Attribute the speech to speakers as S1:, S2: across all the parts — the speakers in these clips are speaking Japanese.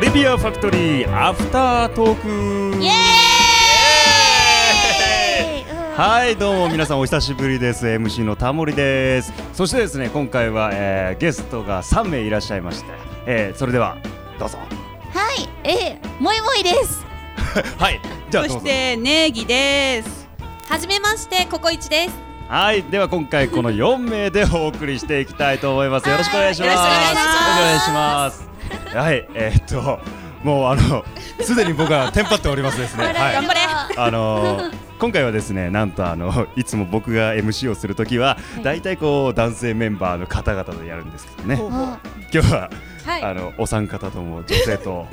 S1: ルビアファクトリーアフタートーク
S2: イエーイうん
S1: はいどうも皆さんお久しぶりです MC のタモリですそしてですね今回は、えーゲストが3名いらっしゃいまして、えーそれではどうぞ
S2: はい、えー、もいもいです。
S1: はいじゃあ
S3: そ
S1: どうぞ
S3: してネギです。
S2: はじめまして、ココイチです。
S1: はいでは今回この4名でお送りしていきたいと思いますよろしくお願いします
S2: よろしくお願いし
S1: ますお願いしますはいえーっともうあのすでに僕はテンパっておりますですねはい
S3: 頑張れ
S1: あのー今回はですねなんとあのいつも僕が MC をするときは、大体こう男性メンバーの方々でやるんですけどね
S2: あ
S1: 今日は、
S2: はい
S1: あのお三方とも女性と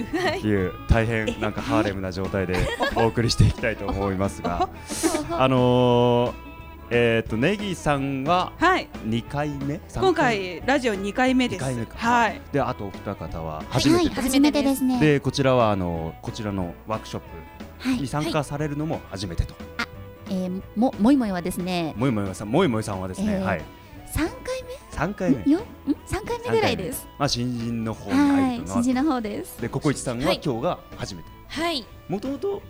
S1: いう大変なんかハーレムな状態でお送りしていきたいと思いますがあのー、えっ、とネギさんは
S3: はい。
S1: 2回目三
S3: 今回ラジオ二回目で
S1: 二回目
S3: す。
S1: か、
S3: はい。
S1: であとお二方は初めてです、
S2: 初めてですね。
S1: でこちらはあのこちらのワークショップに参加されるのも初めてと。
S4: えー、ももいもいはですね
S1: もいもいさん、もいもいさんはですね、
S4: えー
S1: はい、
S4: 三回
S1: 三回目
S4: 目、よん三回目ぐらいです。
S1: まあ新人の方に
S4: は
S1: 入
S4: い
S1: るとな
S4: 新人の方です
S1: で、ココイチさんは今
S5: はい
S1: 日が初めて。
S5: はい、
S1: もともと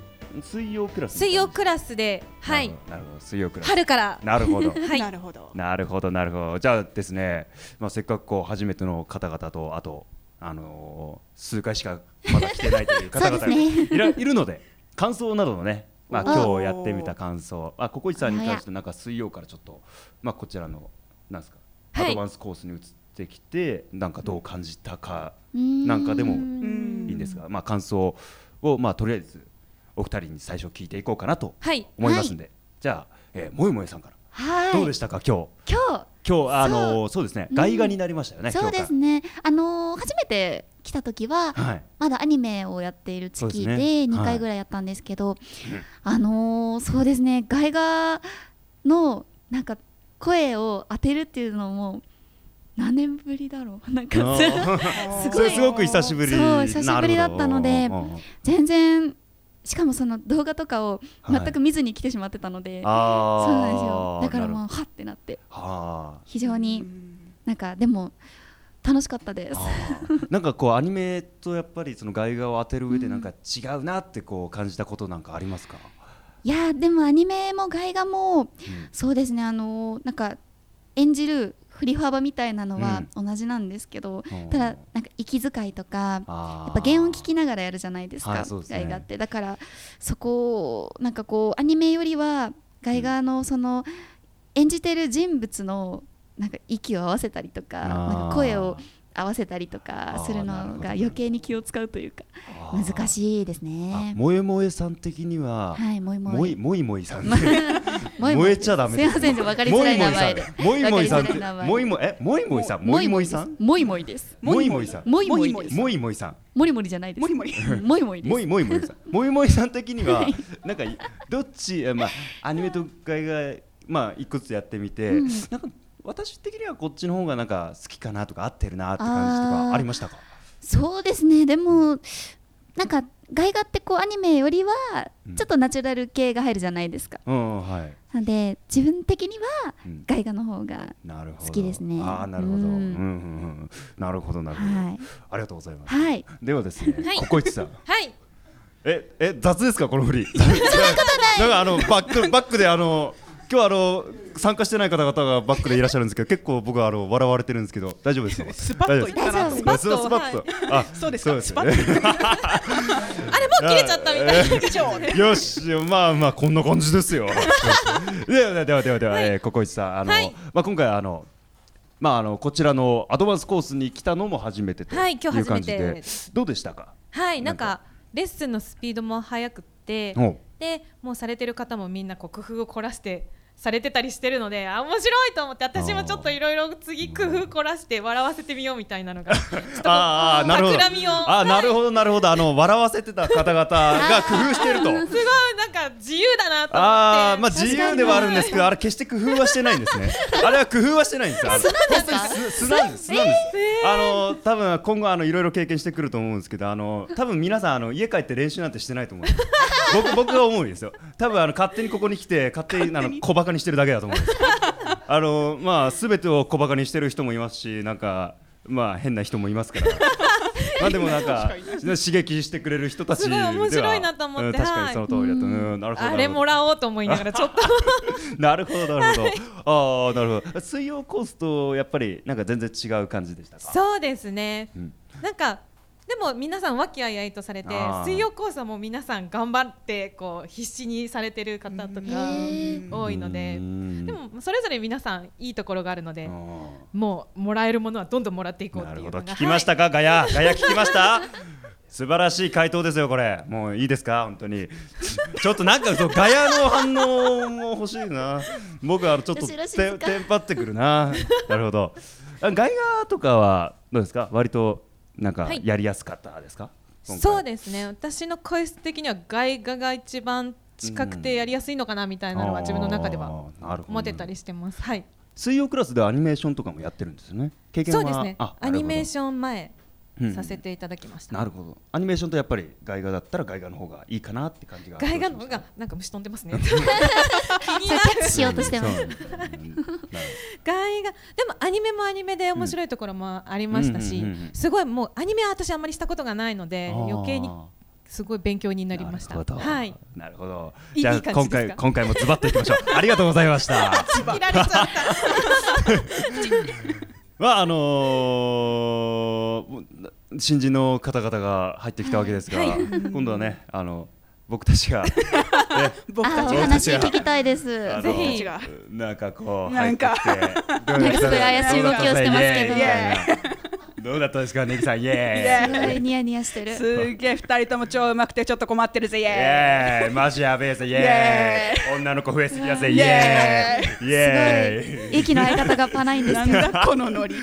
S1: 水曜クラス。
S5: 水曜クラスで、はい
S1: な、るほど。なるほど、水曜クラス。
S5: 春から、
S1: なるほど。
S5: はい、
S3: なるほど。
S1: なるほど、なるほど。じゃあですね、まあせっかくこう初めての方々とあとあのー数回しかまだ来てないという方々が
S4: そうです
S1: いらいるので、感想などのね。まあ
S3: おー
S1: 今日やってみた感想、あココイチさんに関してなんか水曜からちょっとまあこちらのなんですか、
S5: はい
S1: アドバンスコースに移ってきてなんかどう感じたかな
S4: なん
S1: かでも
S3: うん
S1: いいんですが、まあ感想をまあとりあえずお二人に最初聞いていこうかなと
S5: はい、
S1: 思いますんで、じゃあ、えー、もえもえさんから、
S4: はい
S1: どうでしたか今日
S4: 今
S1: 今日あのーそうですね
S4: うん
S1: 外画になりましたよね、
S4: 日
S1: 今
S4: そう
S1: 日か
S4: ですねあのー初めて来た時は
S1: らはい
S4: まだアニメをやっている月
S1: そうですね
S4: で二回ぐらいやったんですけど、あのーそうですね外画のなんか声を当てるっていうのも何年ぶりだろう なんか
S1: あーそ
S4: すご
S1: れ
S4: い
S1: すごく久しぶり
S4: そう久しぶりだったの
S1: な
S4: で
S1: るほどうんうん
S4: 全然しかもその動画とかを
S1: はい
S4: 全く見ずに来てしまってたので、
S1: あ
S4: そう
S1: ー
S4: なんですよだから
S1: なる
S4: も
S1: ほ
S4: うはってなって
S1: どあー
S4: 非常
S3: う
S4: に
S3: ん
S4: なんかでも楽しかったで
S1: あ
S4: す
S1: ーなんかこうアニメとやっぱりその外画を当てる上でなんか違うなってこう感じたことなんかありますか、
S4: いやーでもアニメも外画
S1: う
S4: も
S1: ん
S4: そうですねあのーなんか演じる振り幅みたいなのは同じなんですけど、
S1: うん
S4: ただなんか息遣いとか
S1: あー
S4: やっぱ原音聞きながらやるじゃないですか、
S1: はいそうですね
S4: 外画ってだからそこをなんかこうアニメよりは外画のその演じてる人物のなんか息を合わせたりとか
S1: あー
S4: なんか声を合わせたりとかする
S1: あーなるほ
S4: の
S1: どね
S4: が余計に気を使うというか
S1: あー
S4: 難しいです
S1: あ
S4: ね。
S1: もえもえさん的には、
S4: はい、もいも
S1: もい
S4: い。
S1: もいもいさんね、
S4: もい
S1: 燃えちゃダメです
S4: すいません、ちょっと分かりづらい名前で。
S1: もいもいさん、もいもいさんって
S4: わかりづらい名前
S1: もいもえもいもいさん、もいもいさん、
S4: もいもいです。
S1: もいもいさん
S4: もいもい
S3: もいもい
S4: です。
S1: もいもいさん、
S4: もりもりじゃないです。
S3: もりもり。
S4: もいもいです。
S1: もいもいもい さん、もいもいさん的にはなんかどっちえまあアニメと外がまあ一個ずつやってみて、
S4: うん
S1: なんか私的にはこっちの方がなんか好きかなとか合ってるなって感じと
S4: あ
S1: か
S4: ー
S1: ありましたか？
S4: そうですねでもなんか外画ってこうアニメよりは
S1: うん
S4: ちょっとナチュラル系が入るじゃないですか、
S1: うんはい。
S4: なので自分的には
S1: うん
S4: 外画の方が、
S1: なるほど。
S4: 好きですね
S1: ああなるほど。う
S4: うんん
S1: うんうん。なるほどなるほど。
S4: はい
S1: ありがとうございます。
S4: はい
S1: ではですね
S5: はい、
S1: ココイチさん。
S5: はい、
S1: え、え、雑ですか、この 振り。そんなことない。なんか、あの、バック、バックで、あの、今日、あの、参加してない方々がバックでいらっしゃるんですけど、結構、僕は、あの、笑われてるんですけど、大丈夫ですか。
S3: スパッといった
S4: 大
S3: な。
S4: 丈夫
S3: ス
S1: ス
S3: パ
S1: パ
S3: ッ
S1: ッと、
S3: と。
S1: スパッ
S3: はい
S1: と。あ、
S3: そうですかスパッ
S1: ね
S5: あれもう 切れちゃったみたいな。
S3: 以上ね。
S1: よし、まあ、まあ、こんな感じです よ。では、では、では、では、えーココイチさん、あの
S5: はい、
S1: まあ、今回、あの。まあ、あの、こちらのアドバンスコースに来たのも初めてと
S5: はいい今日
S1: う感じ
S5: 初め
S1: で
S5: て。
S1: どうでしたか。
S5: はい、なん
S1: なん
S5: か、レッスンのスピードも速くって
S1: おう、
S5: で、もうされてる方もみんなこう工夫を凝らして。されてたりしてるので、あ、面白いと思って、私もちょっといろいろ次工夫凝らして笑わせてみようみたいな のが。ちょっとこう
S1: あーあー、なるほど。
S5: 企みを。
S1: あー、なるほど、なるほど、あの、笑わせてた方々が工夫してると。
S5: すごい、なんか自由だなと思って。
S1: ああ、まあ自由ではあるんですけど、あれ決して工夫はしてないん ですね。あれは工夫はしてないんですよ。あのす素なんです。素なんです。あの多分今後あのいろいろ経験してくると思うんですけど、あの多分皆さんあの家帰って練習なんてしてないと思うん です。僕僕が思うんですよ。多分あの勝手にここに来て勝手にあの小馬鹿にしてるだけだと思うんです。あの まあすべてを小馬鹿にしてる人もいますし、なんかまあ変な人もいますから。まあでもなんか刺激してくれる人たち
S5: すごい面白いなと思って
S1: ではうん確かにその通りだと、
S5: はい
S1: うんなるほど
S5: あれもらおうと思いながらちょっと
S1: なるほどなるほどああなるほど水曜コースとやっぱりなんか全然違う感じでしたか
S5: そうですね
S1: うん
S5: なんかでも皆さん和気あいあいとされて
S1: あー
S5: 水曜コースはもう皆さん頑張ってこう必死にされてる方とか多いので
S1: うん
S5: でもそれぞれ皆さんいいところがあるので
S1: あ
S5: もうもらえるものはどんどんもらっていこうっ
S1: な
S5: て
S1: る
S5: いう
S1: ほ
S5: の
S1: ど
S5: が
S1: 聞きましたか、ガヤガヤ聞きました素晴らしい回答ですよこれもういいですか本当にちょっとなんかそうガヤの反応も欲しいな僕はちょっと
S4: よしよし
S1: テン
S4: 静か
S1: テンパってくるななるほどあガヤとかはどうですか割となんか
S5: はい
S1: やりやすかったですか、
S5: そう
S1: で
S5: ですね私の声質的には外画が一番近くてやりやすいのかなみたいなのは自分の中では思ってたりしてますはい
S1: 水曜クラスではアニメーションとかもやってるんですよね経験
S5: そ
S1: は
S5: うですね
S1: あ
S5: アニメー
S1: ョ
S5: ション前
S1: うん
S5: させていただきました
S1: なるほどアニメーションとやっぱり外画だったら外画の方がいいかなって感じが
S5: 外画の方がなんか虫飛んでます ね
S4: キャッチしようとしてます。
S1: うんそうなんですよねうんなるほど
S5: 外画でもアニメもアニメで面白いところもありましたし、
S1: うんうんうんうん
S5: すごいもうアニメは私あんまりしたことがないので
S1: あー
S5: 余計にすごい勉強になりました
S1: なるほど
S5: はい
S1: なるほど。
S5: いい
S1: じゃ
S5: い
S1: あ
S5: い感じで
S1: 今回
S5: すか
S1: 今回もズバッといきましょう。 ありがとうございま した。
S5: 切られちゃった
S1: まああのーもう新人の方々が入ってきたわけですが、
S5: はい
S1: 今度はねあの僕た ちがね
S3: 僕
S4: あ
S3: た
S1: 僕た
S4: ー、お
S3: ち
S1: ち
S4: 話
S1: が
S4: 聞きたいです。
S1: あの
S5: ぜひ
S1: なんかこう
S3: な
S1: 入っ
S3: ん
S1: て
S3: か
S1: きてどう
S4: なんかすごい怪しい動きをしてますけ
S1: イエ
S4: ど
S1: ーイみたいなどうだったですかネギさんイエ
S4: すごいニヤニヤしてる。
S3: すげえ二人とも超うまくてちょっと困ってるぜイ
S1: ーイイ
S3: エ
S1: エーイマジやべえぜイエーイ女の子増えすぎだぜイエーイイエーイ
S4: すごい息の合い方がパないん
S3: ーイ
S4: で
S3: な
S4: す
S3: ん
S4: けど。
S3: だこのノリ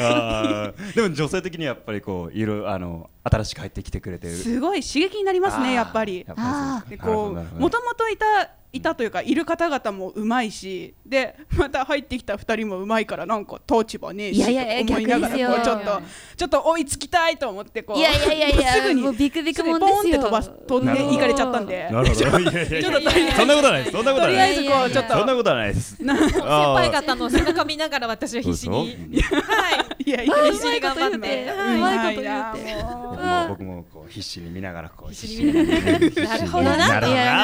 S1: あーでも女性的にはやっぱりこういろいろあの新しく入ってきてくれてる。
S3: すごい刺激になりますねやっぱり
S4: あー
S3: でこうも
S1: 元
S3: ともといたいたというかいる方々もうまいしでまた入ってきた二人もうまいからなんか立ち場ねえし
S4: いやいやいや
S3: と思いながらこうち
S4: 逆です
S3: ょっ
S5: よ
S3: とちょっと追いつきたいと思ってこう
S4: いやいやいやいや、
S3: すぐに
S4: もうビクビ
S3: す
S4: ク
S3: ぐ
S4: も
S3: に
S4: んで
S3: ポーンっ
S4: す
S3: て
S4: よ。
S3: 飛ばす飛ん
S1: なる
S3: で
S1: ほど
S3: 行かれちゃったんで
S1: なるほど。いや いやい
S3: ち
S1: や
S3: ょっととりあえず
S1: そんなことはない。そんなこと
S3: と
S1: は
S3: りあ
S1: な
S3: え
S1: い。
S3: ずこうちょっ
S4: と
S1: そんな
S3: と
S1: ことはないです。
S5: 先輩方の背中見ながら私は必死
S1: そうで
S5: に
S1: し
S5: はい
S3: いやい
S4: あ
S3: や
S4: ー
S5: 必死に頑張って
S4: うまいこと言うて。うまいこと言うて。
S1: 僕
S4: あ
S1: も
S4: ー
S1: 僕もこう必死に見ながらこう
S5: 必死
S1: に
S5: に
S1: 見ながら 必死に
S5: なるほどな
S1: なるほどなと
S5: いや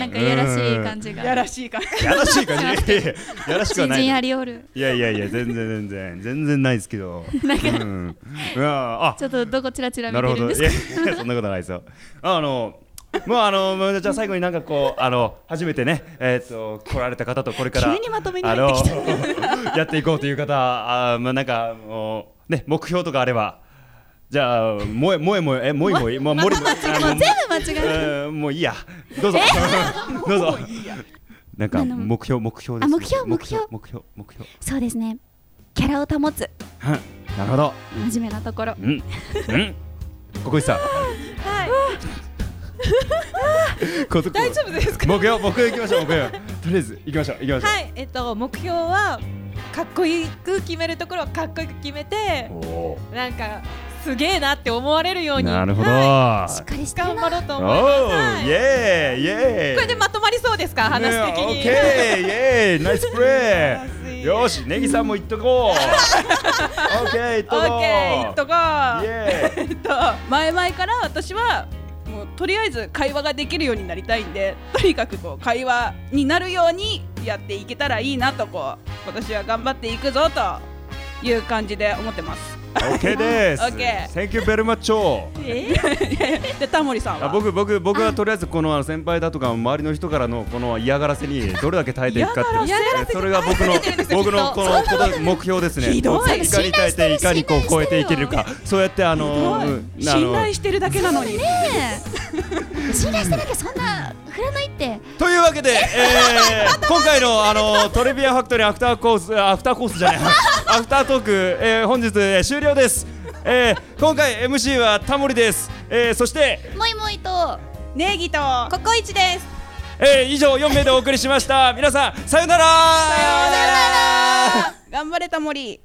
S4: なんかやらしい感じが。
S3: やらしい感じ
S1: うんやらしい感じ。いやいややらしくは
S4: 新
S1: ない。
S4: 人ありおる。
S1: いやいやいや全然全然全然 ないですけど。うん。うわあ
S4: ちょっとどこちらちら見
S1: なる
S4: て
S1: ほ
S4: るん
S1: ど。
S4: で
S1: い
S4: すか
S1: や。いやそんなことないですよ。あの。もうあのまあじゃあ最後になんかこうあの初めてねえっ、と来られた方とこれから
S3: 急にまとめに
S1: あ
S3: 入
S1: の
S3: って き
S1: やっていこうという方あーまあなんかもうね目標とかあればじゃあもえもえもええもいもいもうもりもあの
S4: もう全部間違える。
S1: えーもういいやどうぞ どうぞなんか
S4: あの
S1: 目標目標です
S4: あ目標
S1: 目標
S4: 目
S1: 目標目標
S4: そうですね。キャラを保つ
S1: はいなるほど
S4: 真面目なところ。
S1: うんうんここいさん
S5: はい
S1: 大丈
S5: 大丈夫ですか
S1: 目標目標行きましょう目標とりあえず行きましょう行きましょう
S5: はい、えっと、目標はかっこよく決めるところはかっこよく決めて
S1: お
S5: なんかすげえなって思われるよう
S1: ー
S5: に
S1: なるほど
S5: はい
S4: しっかりしてる
S5: 頑
S4: な。
S5: 張ろうと
S1: お
S5: 思います、
S1: ーイ
S5: はい、
S1: エーイイエーイ
S5: これでまとまりそうですか話的
S1: ね
S5: に、
S1: オッケーイエーイナイスプレーよしネギさんも行っ とこうオッケー行っと
S3: オ
S1: こう
S3: ッケーいっと
S1: イ
S3: こ
S1: エーイ
S3: うえっと前々から私はもうとりあえず会話ができるようになりたいんでとにかくこう会話になるようにやっていけたらいいなとこう私は頑張っていくぞという感じで思ってます
S1: オッケーです
S3: オッケー
S1: Thank you very much
S3: でタモリさん
S1: あ
S3: は
S1: 僕僕僕はとりあえずこのあの先輩だとか周りの人からのこの嫌がらせにどれだけ耐えていくかって
S5: 嫌がら
S1: いうそれが僕の
S5: 耐えてるんですよ
S1: 僕の
S5: き
S1: こ
S5: っと
S1: のこと目標ですね
S3: ひどい
S1: こういかに耐えていかにこう超えていけるかそうやってあの
S3: は
S1: うん
S3: い
S1: あ
S3: 信
S1: の
S3: 頼してるだけなのに
S4: ねえ。 信頼してなきゃそんな振らないって。
S1: というわけで、えー今回のあのトリビアファクトリーアフターコースアフターコースじゃないアフタートーク、えー本日、えー終了です、えー今回 MC はタモリです、えーそして、
S4: もいもいと。
S3: ネギと
S5: ココイチです
S1: えー以上4名でお送りしました皆さんさようなら
S3: さようなら頑張れタモリ